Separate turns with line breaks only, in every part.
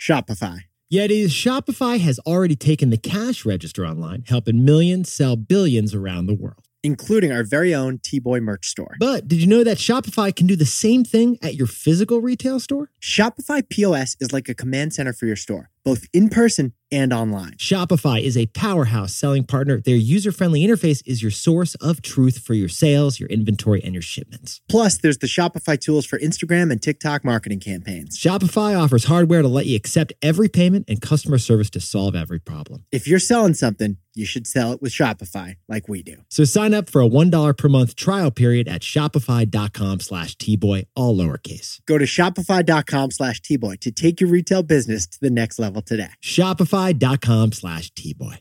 Shopify.
Yetis, Shopify has already taken the cash register online, helping millions sell billions around the world.
including our very own T-Boy merch store.
But did you know that Shopify can do the same thing at your physical retail store?
Shopify POS is like a command center for your store, both in person and online.
Shopify is a powerhouse selling partner. Their user friendly interface is your source of truth for your sales, your inventory, and your shipments.
Plus, there's the Shopify tools for Instagram and TikTok marketing campaigns.
Shopify offers hardware to let you accept every payment and customer service to solve every problem.
If you're selling something, you should sell it with Shopify like we do.
So sign up for a $1 per month trial period at shopify.com slash tboy, all lowercase.
Go to shopify.com slash tboy to take your retail business to the next level today.
Shopify.com slash tboy.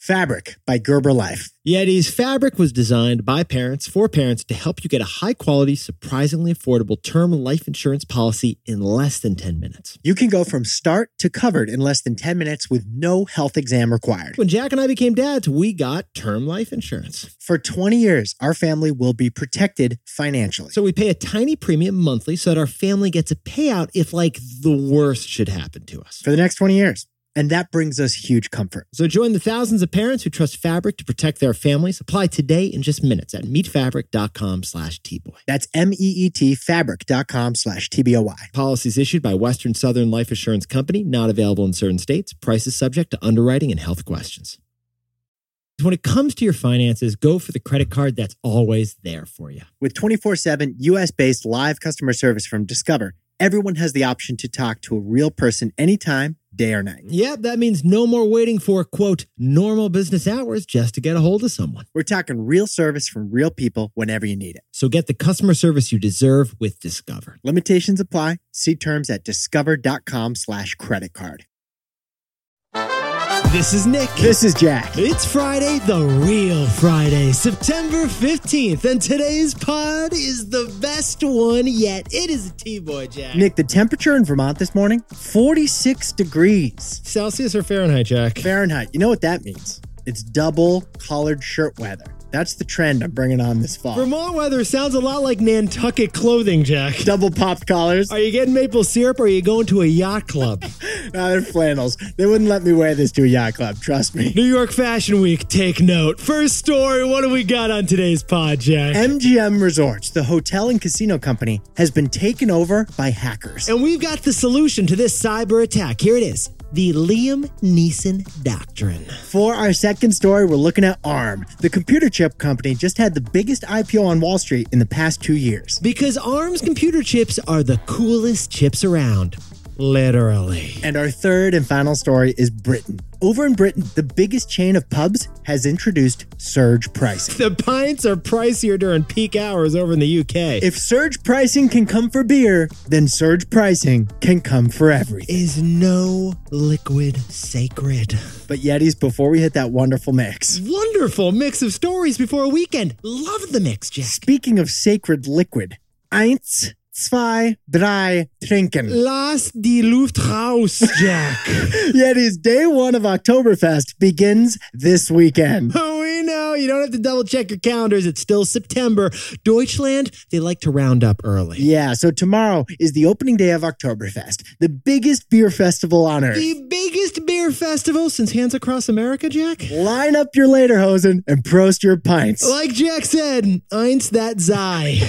Fabric by Gerber Life.
Yeti's fabric was designed by parents for parents to help you get a high quality, surprisingly affordable term life insurance policy in less than 10 minutes.
You can go from start to covered in less than 10 minutes with no health exam required.
When Jack and I became dads, we got term life insurance.
For 20 years, our family will be protected financially.
So we pay a tiny premium monthly so that our family gets a payout if, like, the worst should happen to us.
for the next 20 years. And that brings us huge comfort.
So join the thousands of parents who trust Fabric to protect their families. Apply today in just minutes at meetfabric.com slash tboy.
That's E M-E-E-T fabric.com slash T-B-O-Y.
Policies issued by Western Southern Life Assurance Company, not available in certain states. Prices subject to underwriting and health questions. When it comes to your finances, go for the credit card that's always there for you.
With 24-7 U.S.-based live customer service from Discover, everyone has the option to talk to a real person anytime, day or night.
Yep, that means no more waiting for, quote, normal business hours just to get a hold of someone.
We're talking real service from real people whenever you need it.
So get the customer service you deserve with Discover.
Limitations apply. See terms at discover.com slash credit card.
This is Nick.
This is Jack.
It's Friday, the real Friday, September 15th, and today's pod is the best one yet. It is a T Boy Jack.
Nick, the temperature in Vermont this morning, 46 degrees
Celsius or Fahrenheit, Jack?
Fahrenheit. You know what that means? It's double collared shirt weather. That's the trend I'm bringing on this fall.
Vermont weather sounds a lot like Nantucket clothing, Jack.
double popped collars.
Are you getting maple syrup or are you going to a yacht club?
No, they're uh, flannels. They wouldn't let me wear this to a yacht club. Trust me.
New York Fashion Week, take note. First story, what do we got on today's pod, Jack?
MGM Resorts, the hotel and casino company, has been taken over by hackers.
And we've got the solution to this cyber attack. Here it is the Liam Neeson Doctrine.
For our second story, we're looking at ARM. The computer chip company just had the biggest IPO on Wall Street in the past two years.
Because ARM's computer chips are the coolest chips around. Literally.
And our third and final story is Britain. Over in Britain, the biggest chain of pubs has introduced surge pricing.
The pints are pricier during peak hours over in the UK.
If surge pricing can come for beer, then surge pricing can come for everything.
is no liquid sacred.
But Yetis, before we hit that wonderful mix,
Wonderful mix of stories before a weekend. Love the mix, Jack.
speaking of sacred liquid, eins, zwei, drei, trinken.
Lass die Luft raus, Jack.
Yetis, day one of Oktoberfest begins this weekend.
Oh, We know you don't have to double check your calendars. It's still September. Deutschland, they like to round up early.
Yeah, so tomorrow is the opening day of Oktoberfest, the biggest beer festival on earth.
The biggest beer festival since Hands Across America, Jack?
Line up your lederhosen and prost your pints.
Like Jack said, eins that sei.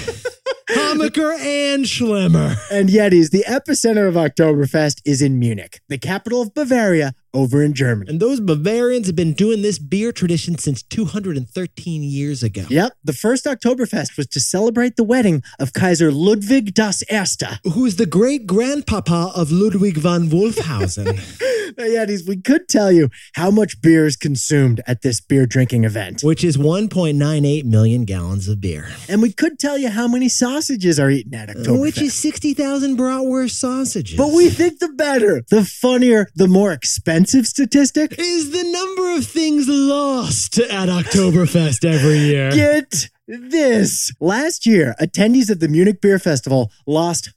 Homaker and Schlemmer.
And Yetis, the epicenter of Oktoberfest is in Munich, the capital of Bavaria, over in Germany.
And those Bavarians have been doing this beer tradition since 213 years ago.
Yep, the first Oktoberfest was to celebrate the wedding of Kaiser Ludwig das Erste.
Who's the great grandpapa of Ludwig von Wolfhausen?
Now, Yetis, we could tell you how much beer is consumed at this beer drinking event.
which is 1.98 million gallons of beer.
And we could tell you how many sausages are eaten at Oktoberfest.
Which is 60,000 bratwurst sausages.
but we think the better, the funnier, the more expensive statistic.
is the number of things lost at Oktoberfest every year.
Get this. Last year, attendees of the Munich Beer Festival lost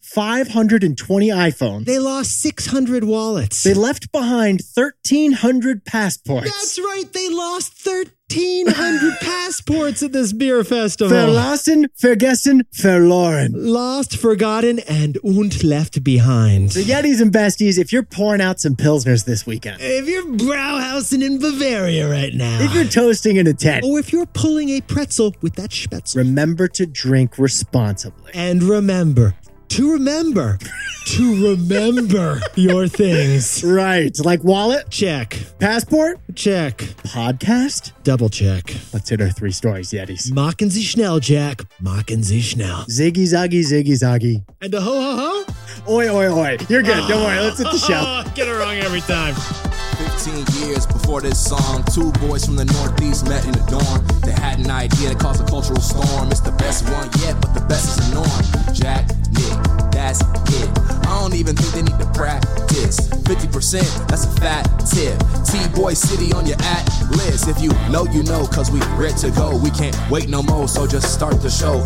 520 iPhones.
They lost 600 wallets.
They left behind 1,300 passports.
That's right, they lost 1,500 passports at this beer festival.
Verlassen, vergessen, verloren.
Lost, forgotten, and und left behind.
So, Yetis and besties, if you're pouring out some Pilsners this weekend,
If you're browhousing in Bavaria right now,
if you're toasting in a tent,
or Oh, if you're pulling a pretzel with that spätzle,
remember to drink responsibly.
and remember to remember to remember your things.
Right. Like wallet,
Check,
passport,
check,
podcast.
double check.
Let's hit our three stories, Yetis.
Machen Sie schnell, Jack. Machen Sie schnell.
Ziggy, zaggy, ziggy, zaggy.
And the ho ho ho.
Oi, oi, oi. You're good. Don't worry. Let's hit the show.
Get it wrong every time.
15 years before this song, two boys from the Northeast met in the dorm. They had an idea that caused a cultural storm. It's the best one yet, but the best is the norm. Jack, Nick, that's it. I don't even think they need to practice. 50%, that's a fat tip. T-Boy City on your at list. If you know, you know, cause we ready to go. We can't wait no more, so just start the show.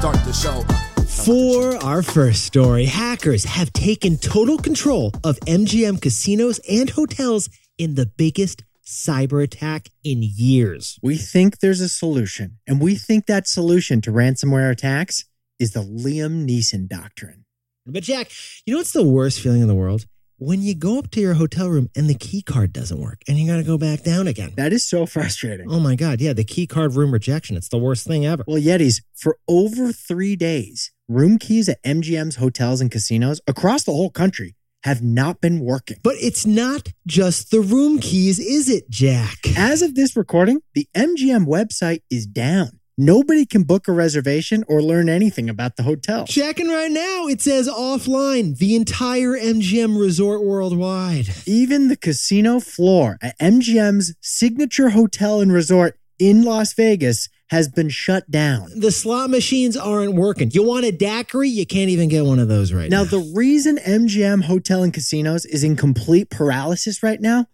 Start the show.
For our first story, hackers have taken total control of MGM casinos and hotels in the biggest cyber attack in years.
We think there's a solution, and we think that solution to ransomware attacks is the Liam Neeson doctrine.
But Jack, you know what's the worst feeling in the world? When you go up to your hotel room and the key card doesn't work and you got to go back down again.
That is so frustrating.
Oh my god, yeah, the key card room rejection. It's the worst thing ever.
Well, Yetis, for over three days, room keys at MGM's hotels and casinos across the whole country have not been working.
But it's not just the room keys, is it, Jack?
As of this recording, the MGM website is down. Nobody can book a reservation or learn anything about the hotel.
Checking right now, it says offline the entire MGM resort worldwide.
Even the casino floor at MGM's signature hotel and resort in Las Vegas has been shut down.
The slot machines aren't working. You want a daiquiri? You can't even get one of those right
Now,
now.
the reason MGM Hotel and Casinos is in complete paralysis right now,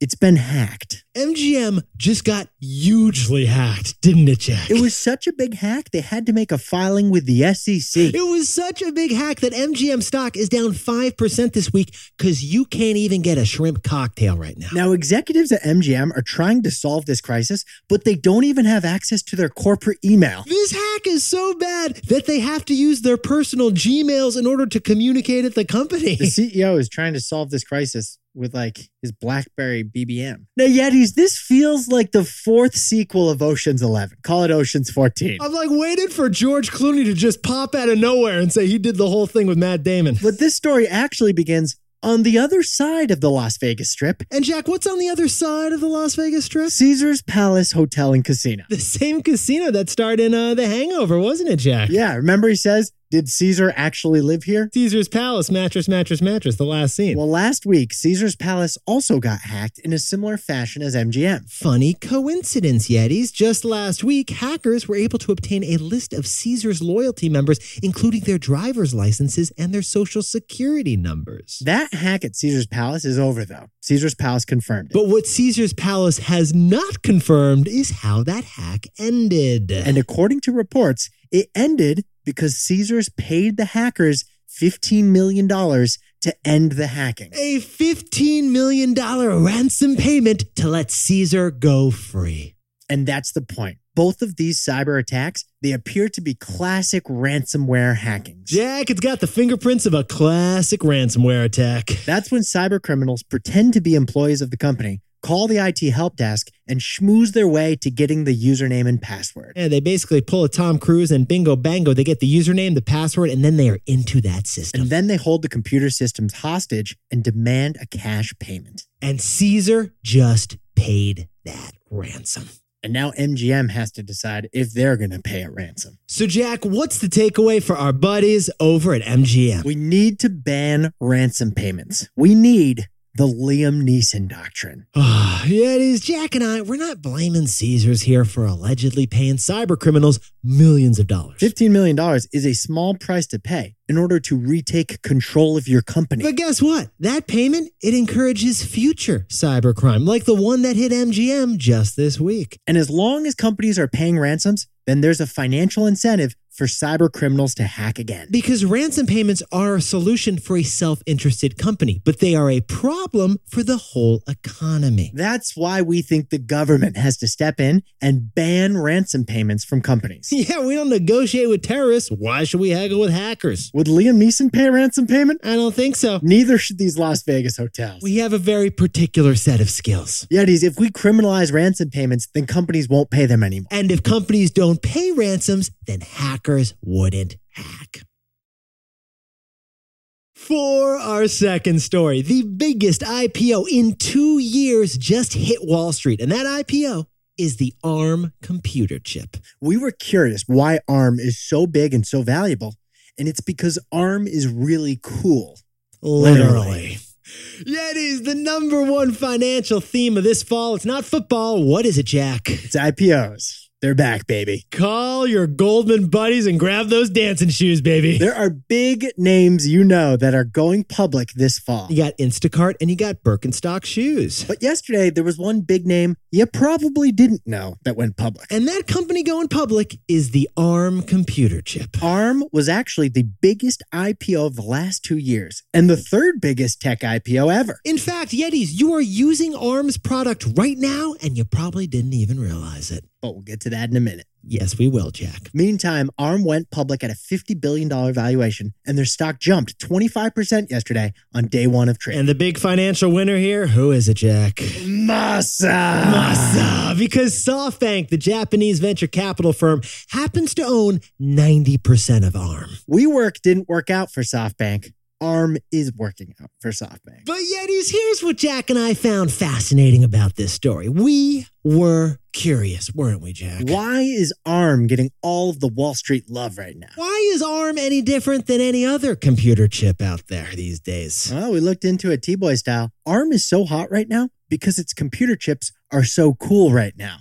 it's been hacked.
MGM just got hugely hacked, didn't it, Jack?
It was such a big hack, they had to make a filing with the E SEC.
It was such a big hack that MGM stock is down 5% this week because you can't even get a shrimp cocktail right now.
Now, executives at MGM are trying to solve this crisis, but they don't even have access to their corporate email.
This hack is so bad that they have to use their personal Gmails in order to communicate at the company.
The CEO is trying to solve this crisis with like his BlackBerry BBM. Now, Yetis, this feels like the fourth sequel of Ocean's 11. Call it Ocean's 14.
I've like waited for George Clooney to just pop out of nowhere and say he did the whole thing with Matt Damon.
But this story actually begins on the other side of the Las Vegas Strip,
And Jack, what's on the other side of the Las Vegas Strip?
Caesar's Palace Hotel and Casino.
The same casino that starred in uh, The Hangover, wasn't it, Jack?
Yeah, remember he says, Did Caesar actually live here?
Caesar's Palace, mattress, mattress, mattress, the last scene.
Well, last week, Caesar's Palace also got hacked in a similar fashion as MGM.
Funny coincidence, Yetis. Just last week, hackers were able to obtain a list of Caesar's loyalty members, including their driver's licenses and their social security numbers.
That hack at Caesar's Palace is over, though. Caesar's Palace confirmed it.
But what Caesar's Palace has not confirmed is how that hack ended.
And according to reports, it ended because Caesars paid the hackers $15 million to end the hacking.
a $15 million ransom payment to let Caesar go free.
And that's the point. Both of these cyber attacks, they appear to be classic ransomware hackings.
Jack, it's got the fingerprints of a classic ransomware attack.
That's when cyber criminals pretend to be employees of the company, call the IT help desk, and schmooze their way to getting the username and password.
Yeah, they basically pull a Tom Cruise and bingo bango, they get the username, the password, and then they are into that
And
system.
then they hold the computer systems hostage and demand a cash payment.
And Caesar just paid that ransom.
And now MGM has to decide if they're going to pay a ransom.
So, Jack, what's the takeaway for our buddies over at MGM?
We need to ban ransom payments. We need the Liam Neeson doctrine.
Ah, yeah, it is. Jack and I, we're not blaming Caesars here for allegedly paying cyber criminals millions of dollars.
$15 million is a small price to pay in order to retake control of your company.
But guess what? That payment, it encourages future cybercrime, like the one that hit MGM just this week.
And as long as companies are paying ransoms, then there's a financial incentive for cyber criminals to hack again.
Because ransom payments are a solution for a self interested company, but they are a problem for the whole economy.
That's why we think the government has to step in and ban ransom payments from companies.
Yeah, we don't negotiate with terrorists. Why should we haggle with hackers?
Would Liam Neeson pay a ransom payment?
I don't think so.
Neither should these Las Vegas hotels.
We have a very particular set of skills.
Yetis, if we criminalize ransom payments, then companies won't pay them anymore.
And if companies don't pay ransoms, then hackers wouldn't hack. For our second story, the biggest IPO in two years just hit Wall Street, and that IPO is the ARM computer chip.
We were curious why ARM is so big and so valuable, and it's because ARM is really cool.
Literally. Yetis, the number one financial theme of this fall. It's not football. What is it, Jack?
It's IPOs. They're back, baby.
Call your Goldman buddies and grab those dancing shoes, baby.
There are big names you know that are going public this fall.
You got Instacart and you got Birkenstock shoes.
But yesterday, there was one big name you probably didn't know that went public.
And that company going public is the ARM computer chip.
ARM was actually the biggest IPO of the last two years and the third biggest tech IPO ever.
In fact, Yetis, you are using ARM's product right now and you probably didn't even realize it.
But we'll get to that in a minute.
Yes, we will, Jack.
Meantime, ARM went public at a $50 billion valuation and their stock jumped 25% yesterday on day one of trade.
And the big financial winner here, who is it, Jack?
Masa!
Masa, because SoftBank, the Japanese venture capital firm, happens to own 90% of ARM.
WeWork didn't work out for SoftBank. ARM is working out for SoftBank.
But Yetis, here's what Jack and I found fascinating about this story. We were curious, weren't we, Jack?
Why is ARM getting all of the Wall Street love right now?
Why is ARM any different than any other computer chip out there these days?
Well, we looked into it T Boy style. ARM is so hot right now because its computer chips are so cool right now.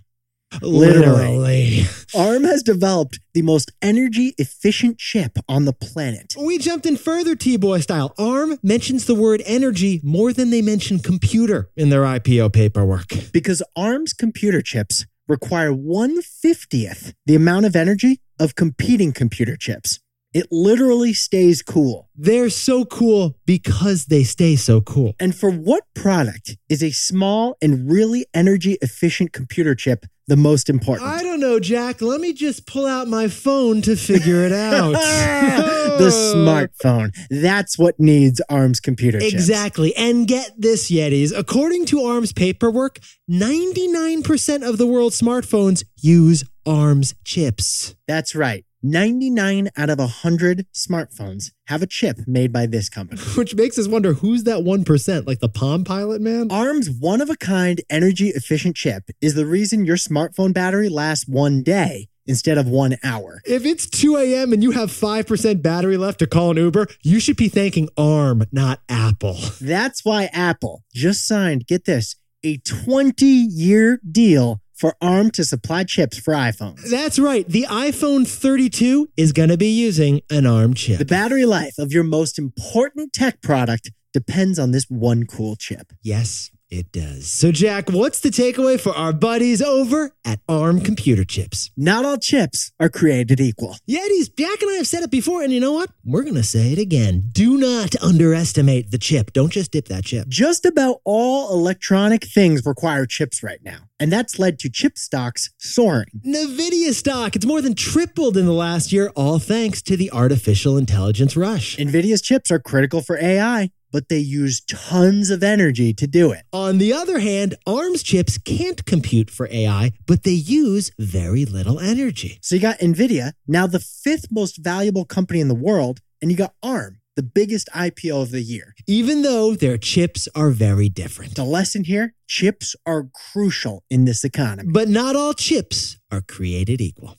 Literally. ARM has developed the most energy efficient chip on the planet.
We jumped in further, T Boy style. ARM mentions the word energy more than they mention computer in their IPO paperwork.
Because ARM's computer chips require 150th the amount of energy of competing computer chips. It literally stays cool.
They're so cool because they stay so cool.
And for what product is a small and really energy efficient computer chip the most important?
I don't know, Jack. Let me just pull out my phone to figure it out.
the smartphone. That's what needs ARM's computer chips.
Exactly. And get this, Yetis. According to ARM's paperwork, 99% of the world's smartphones use ARM's chips.
That's right. 99 out of 100 smartphones have a chip made by this company.
Which makes us wonder who's that 1%? Like the Palm Pilot man?
ARM's one of a kind energy efficient chip is the reason your smartphone battery lasts one day instead of one hour.
If it's 2 a.m. and you have 5% battery left to call an Uber, you should be thanking ARM, not Apple.
That's why Apple just signed, get this, a 20 year deal for ARM to supply chips for iPhones.
That's right. The iPhone 32 is going to be using an ARM chip.
The battery life of your most important tech product depends on this one cool chip.
yes, it does. So, Jack, what's the takeaway for our buddies over at ARM Computer Chips?
Not all chips are created equal.
Yetis, Jack and I have said it before, and you know what? We're going to say it again. Do not underestimate the chip. Don't just dip that chip.
Just about all electronic things require chips right now, and that's led to chip stocks soaring.
NVIDIA stock, it's more than tripled in the last year, all thanks to the artificial intelligence rush.
NVIDIA's chips are critical for AI, but they use tons of energy to do it.
On the other hand, ARM's chips can't compute for AI, but they use very little energy.
So you got NVIDIA, now the fifth most valuable company in the world, and you got ARM, the biggest IPO of the year.
Even though their chips are very different.
The lesson here chips are crucial in this economy.
But not all chips are created equal.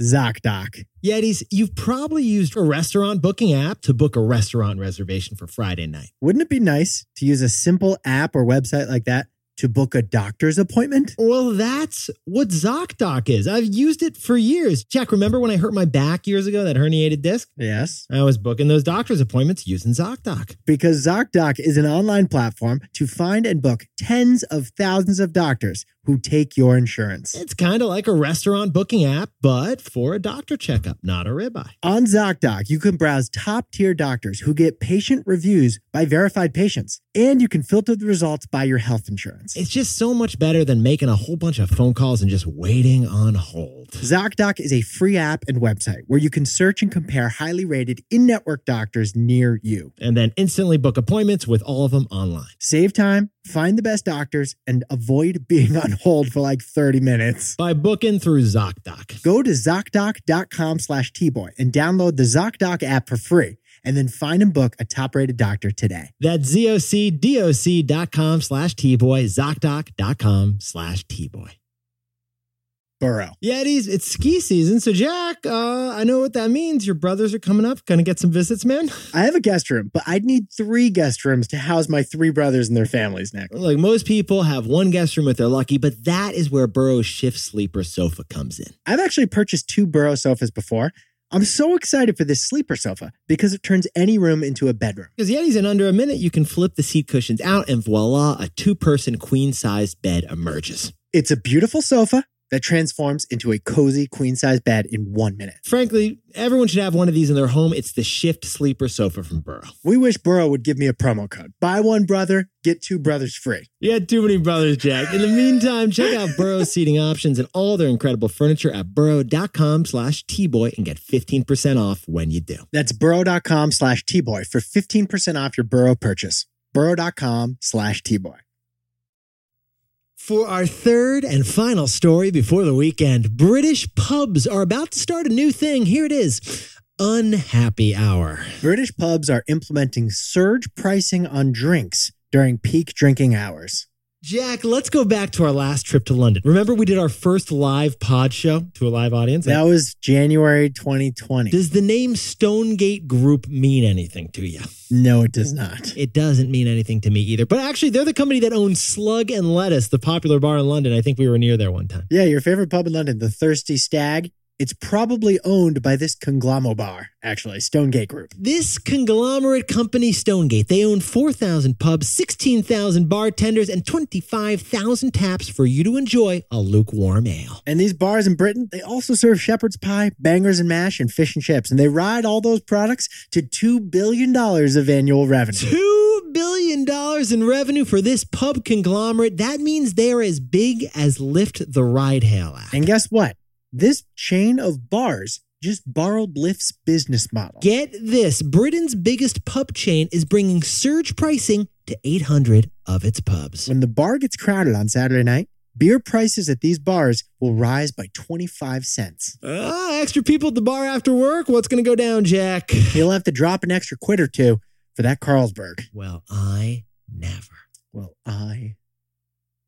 ZocDoc.
Yetis, you've probably used a restaurant booking app to book a restaurant reservation for Friday night.
Wouldn't it be nice to use a simple app or website like that to book a doctor's appointment?
Well, that's what ZocDoc is. I've used it for years. Jack, remember when I hurt my back years ago, that herniated disc?
Yes.
I was booking those doctor's appointments using ZocDoc.
because ZocDoc is an online platform to find and book tens of thousands of doctors who take your insurance.
It's kind of like a restaurant booking app, but for a doctor checkup, not a ribeye.
On ZocDoc, you can browse top tier doctors who get patient reviews by verified patients, and you can filter the results by your health insurance.
It's just so much better than making a whole bunch of phone calls and just waiting on hold.
ZocDoc is a free app and website where you can search and compare highly rated in network doctors near you.
And then instantly book appointments with all of them online.
Save time, find the best doctors, and avoid being on hold for like 30 minutes.
By booking through ZocDoc.
Go to ZocDoc.com slash T-Boy and download the ZocDoc app for free. And then find and book a top rated doctor today.
That's zocdoc.com slash T-Boy, ZocDoc.com slash T-Boy.
Burrow.
Yeah, it is. It's ski season. So, Jack, uh, I know what that means. Your brothers are coming up. Gonna get some visits, man.
I have a guest room, but I'd need three guest rooms to house my three brothers and their families, Nick.
Like most people have one guest room if they're lucky, but that is where Burrow's shift sleeper sofa comes in.
I've actually purchased two Burrow sofas before. I'm so excited for this sleeper sofa because it turns any room into a bedroom.
Because Yetis, in under a minute, you can flip the seat cushions out, and voila, a two person queen sized bed emerges.
It's a beautiful sofa that transforms into a cozy queen size bed in one minute.
Frankly, everyone should have one of these in their home. It's the Shift Sleeper Sofa from Burrow.
We wish Burrow would give me a promo code. Buy one brother, get two brothers free.
You had too many brothers, Jack. In the meantime, check out Burrow's seating options and all their incredible furniture at burrow.com slash tboy and get 15% off when you do.
That's burrow.com slash tboy for 15% off your Burrow purchase. burrow.com slash tboy.
For our third and final story before the weekend, British pubs are about to start a new thing. Here it is Unhappy Hour.
British pubs are implementing surge pricing on drinks during peak drinking hours.
Jack, let's go back to our last trip to London. Remember, we did our first live pod show to a live audience?
That was January 2020.
Does the name Stonegate Group mean anything to you?
no, it does not.
It doesn't mean anything to me either. But actually, they're the company that owns Slug and Lettuce, the popular bar in London. I think we were near there one time.
Yeah, your favorite pub in London, the Thirsty Stag. It's probably owned by this conglomerate bar, actually, Stonegate Group.
This conglomerate company, Stonegate, they own 4,000 pubs, 16,000 bartenders, and 25,000 taps for you to enjoy a lukewarm ale.
And these bars in Britain, they also serve shepherd's pie, bangers and mash, and fish and chips. And they ride all those products to $2 billion of annual revenue.
$2 billion in revenue for this pub conglomerate. That means they're as big as Lyft the Ride Hail app.
And guess what? This chain of bars just borrowed Lyft's business model.
Get this Britain's biggest pub chain is bringing surge pricing to 800 of its pubs.
When the bar gets crowded on Saturday night, beer prices at these bars will rise by 25 cents.
Ah, extra people at the bar after work? What's going to go down, Jack?
He'll have to drop an extra quid or two for that Carlsberg.
Well, I never.
Well, I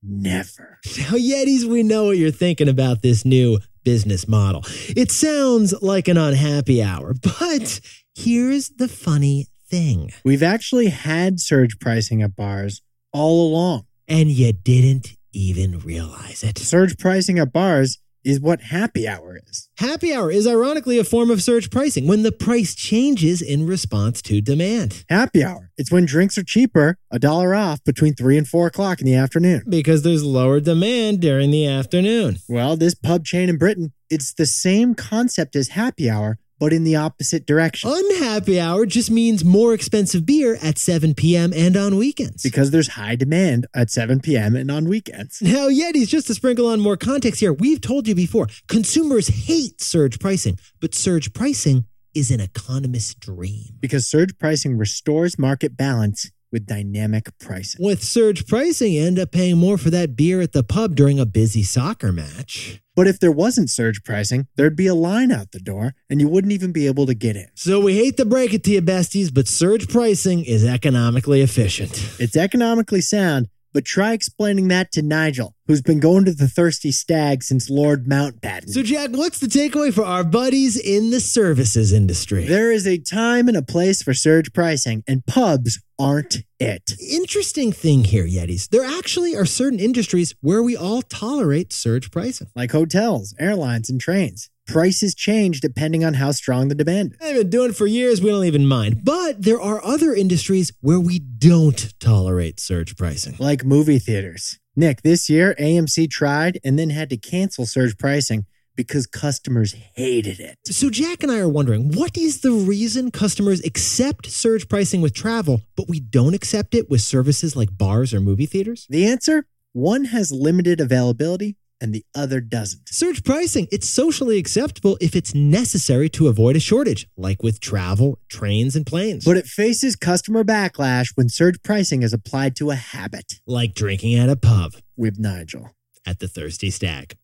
never.
Now, Yetis, we know what you're thinking about this new business model. It sounds like an unhappy hour, but here's the funny thing.
We've actually had surge pricing at bars all along.
And you didn't even realize it.
Surge pricing at bars is what happy hour is.
Happy hour is ironically a form of surge pricing when the price changes in response to demand.
Happy hour. It's when drinks are cheaper, a dollar off between three and four o'clock in the afternoon.
Because there's lower demand during the afternoon.
Well, this pub chain in Britain, it's the same concept as happy hour, but in the opposite
Oh.
direction.
Unhappy hour just means more expensive beer at 7 p.m. and on weekends.
Because there's high demand at 7 p.m. and on weekends.
Now, Yetis, just to sprinkle on more context here, we've told you before consumers hate surge pricing, but surge pricing is an economist's dream.
Because surge pricing restores market balance with dynamic pricing.
With surge pricing, you end up paying more for that beer at the pub during a busy soccer match.
But if there wasn't surge pricing, there'd be a line out the door and you wouldn't even be able to get in.
So we hate to break it to you, besties, but surge pricing is economically efficient.
It's economically sound, but try explaining that to Nigel, who's been going to the Thirsty Stag since Lord Mountbatten.
So, Jack, what's the takeaway for our buddies in the services industry?
There is a time and a place for surge pricing, and pubs aren't it.
Interesting thing here, Yetis. There actually are certain industries where we all tolerate surge pricing.
Like hotels, airlines, and trains, prices change depending on how strong the demand is.
They've been doing it for years, we don't even mind. But there are other industries where we don't tolerate surge pricing.
Like movie theaters. Nick, this year AMC tried and then had to cancel surge pricing because customers hated it.
So Jack and I are wondering what is the reason customers accept surge pricing with travel, but we don't accept it with services like bars or movie theaters?
The answer one has limited availability and the other doesn't.
Surge pricing, it's socially acceptable if it's necessary to avoid a shortage, like with travel, trains, and planes.
But it faces customer backlash when surge pricing is applied to a habit
like drinking at a pub
with Nigel.
at the Thirsty Stag.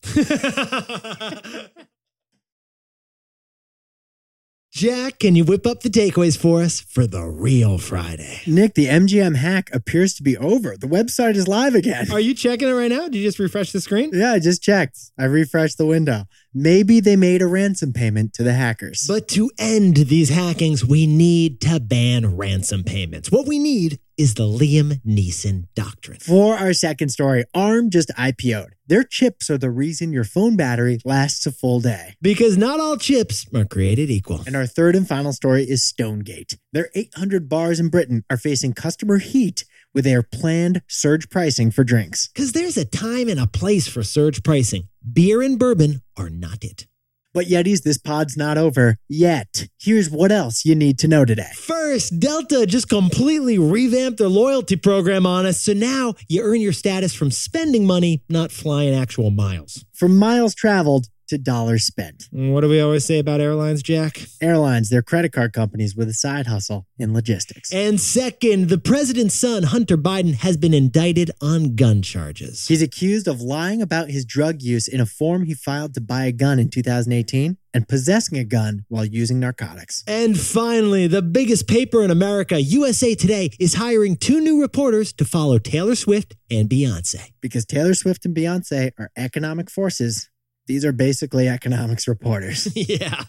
Jack, can you whip up the takeaways for us for the real Friday?
Nick, the MGM hack appears to be over. The website is live again.
Are you checking it right now? Did you just refresh the screen?
Yeah, I just checked. I refreshed the window. Maybe they made a ransom payment to the hackers.
But to end these hackings, we need to ban ransom payments. What we need is the Liam Neeson doctrine.
For our second story, ARM just IPO'd. Their chips are the reason your phone battery lasts a full day.
Because not all chips are created equal.
And our third and final story is Stonegate. Their 800 bars in Britain are facing customer heat with their planned surge pricing for drinks.
Because there's a time and a place for surge pricing. Beer and bourbon are not it.
But Yetis, this pod's not over yet. Here's what else you need to know today.
First, Delta just completely revamped their loyalty program on us. So now you earn your status from spending money, not flying actual miles.
From miles traveled to dollars spent.
What do we always say about airlines, Jack?
Airlines, they're credit card companies with a side hustle in logistics.
And second, the president's son, Hunter Biden, has been indicted on gun charges.
He's accused of lying about his drug use in a form he filed to buy a gun in 2018 and possessing a gun while using narcotics.
And finally, the biggest paper in America, USA Today, is hiring two new reporters to follow Taylor Swift and Beyonce.
Because Taylor Swift and Beyonce are economic forces, these are basically economics reporters.
yeah.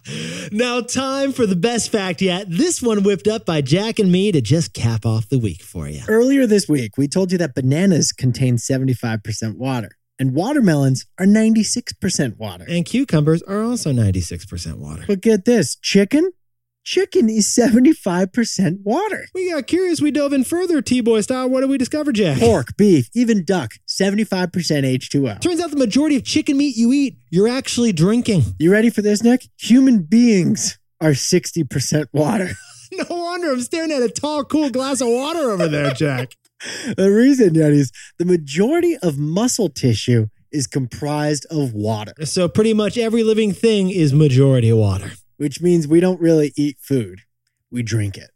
Now, time for the best fact yet. This one whipped up by Jack and me to just cap off the week for you.
Earlier this week, we told you that bananas contain 75% water and watermelons are 96% water.
And cucumbers are also 96% water.
But get this chicken? Chicken is 75% water.
We got curious. We dove in further, T Boy style. What did we discover, Jack?
Pork, beef, even duck, 75% H2O.
Turns out the majority of chicken meat you eat, you're actually drinking.
You ready for this, Nick? Human beings are 60% water.
No wonder I'm staring at a tall, cool glass of water over there, Jack.
the reason, Yetis, the majority of muscle tissue is comprised of water,
So, pretty much every living thing is majority water.
which means we don't really eat food. We drink it.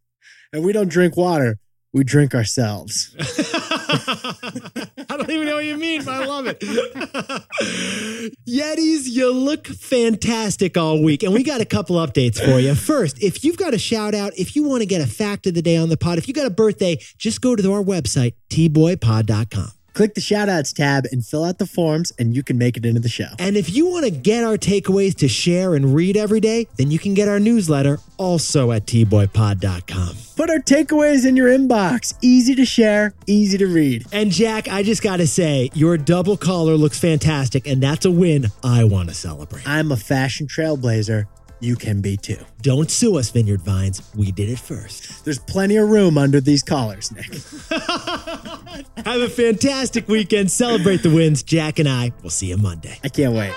And we don't drink water, we drink ourselves.
I don't even know what you mean, but I love it. Yetis, you look fantastic all week. And we got a couple updates for you. First, if you've got a shout out, if you want to get a fact of the day on the pod, if you got a birthday, just go to our website, tboypod.com.
Click the shoutouts tab and fill out the forms, and you can make it into the show.
And if you want to get our takeaways to share and read every day, then you can get our newsletter also at tboypod.com.
Put our takeaways in your inbox. Easy to share, easy to read.
And Jack, I just got to say, your double collar looks fantastic, and that's a win I want to celebrate.
I'm a fashion trailblazer. You can be too.
Don't sue us, Vineyard Vines. We did it first.
There's plenty of room under these collars, Nick.
Have a fantastic weekend. Celebrate the wins. Jack and I will see you Monday.
I can't wait.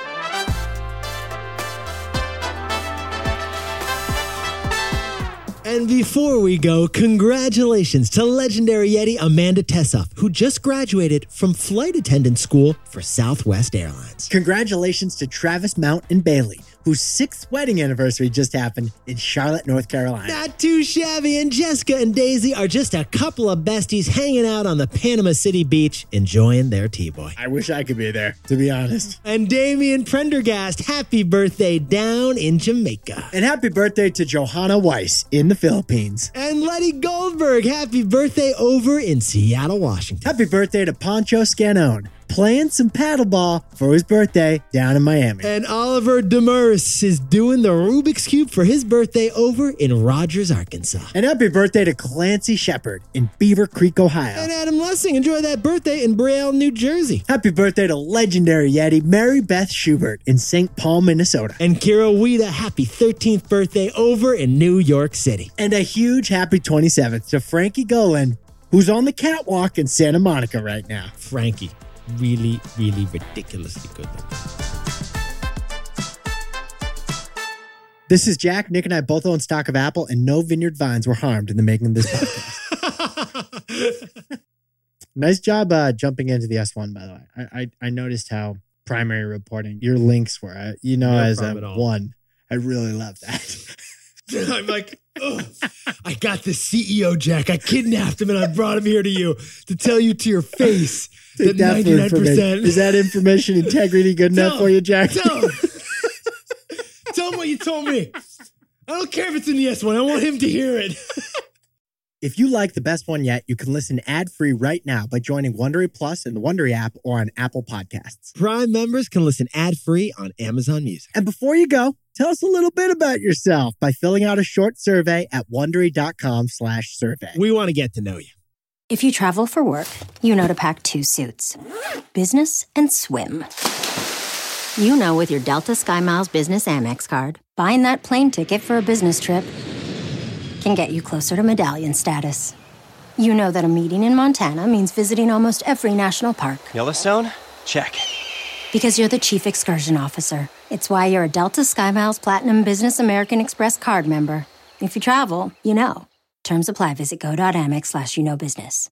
And before we go, congratulations to legendary Yeti Amanda Tessoff, who just graduated from flight attendant school for Southwest Airlines.
Congratulations to Travis Mount and Bailey, whose sixth wedding anniversary just happened in Charlotte, North Carolina.
Not too shabby, and Jessica and Daisy are just a couple of besties hanging out on the Panama City beach, enjoying their tea boy.
I wish I could be there, to be honest.
And Damien Prendergast, happy birthday down in Jamaica.
And happy birthday to Johanna Weiss in the Philippines.
And Letty Goldberg, happy birthday over in Seattle, Washington.
Happy birthday to Poncho Scanone, playing some paddleball for his birthday down in Miami.
And Oliver Demers is doing the Rubik's Cube for his birthday over in Rogers, Arkansas.
And happy birthday to Clancy Shepard in Beaver Creek, Ohio.
And Adam Lessing, enjoy that birthday in Braille, New Jersey.
Happy birthday to legendary Yeti Mary Beth Schubert in St. Paul, Minnesota.
And Kira Wida, happy 13th birthday over in New York City.
And a huge happy 27th to Frankie Golan, who's on the catwalk in Santa Monica right now.
Frankie, really, really ridiculously good looking.
This is Jack. Nick and I both own stock of Apple, and no vineyard vines were harmed in the making of this podcast. nice job uh, jumping into the S1, by the way. I, I, I noticed how primary reporting your links were. I, you know,
No
as a
problem at all.
one, I really love that.
I'm like, oh, I got the CEO, Jack. I kidnapped him and I brought him here to you to tell you to your face that
That for information-
99%.
Is that information integrity good enough
No.
for you, Jack?
Tell him. Tell him what you told me. I don't care if it's in the S1. I want him to hear it.
If you like the best one yet, you can listen ad free right now by joining Wondery Plus in the Wondery app or on Apple Podcasts.
Prime members can listen ad free on Amazon Music.
And before you go, tell us a little bit about yourself by filling out a short survey at wondery.com/slash survey.
We want to get to know you.
If you travel for work, you know to pack two suits business and swim. You know, with your Delta Sky Miles Business Amex card, buying that plane ticket for a business trip can get you closer to medallion status. You know that a meeting in Montana means visiting almost every national park
Yellowstone? Check.
because you're the chief excursion officer. It's why you're a Delta Sky Miles Platinum Business American Express card member. If you travel, you know. Terms apply. Visit go.amex slash you know business.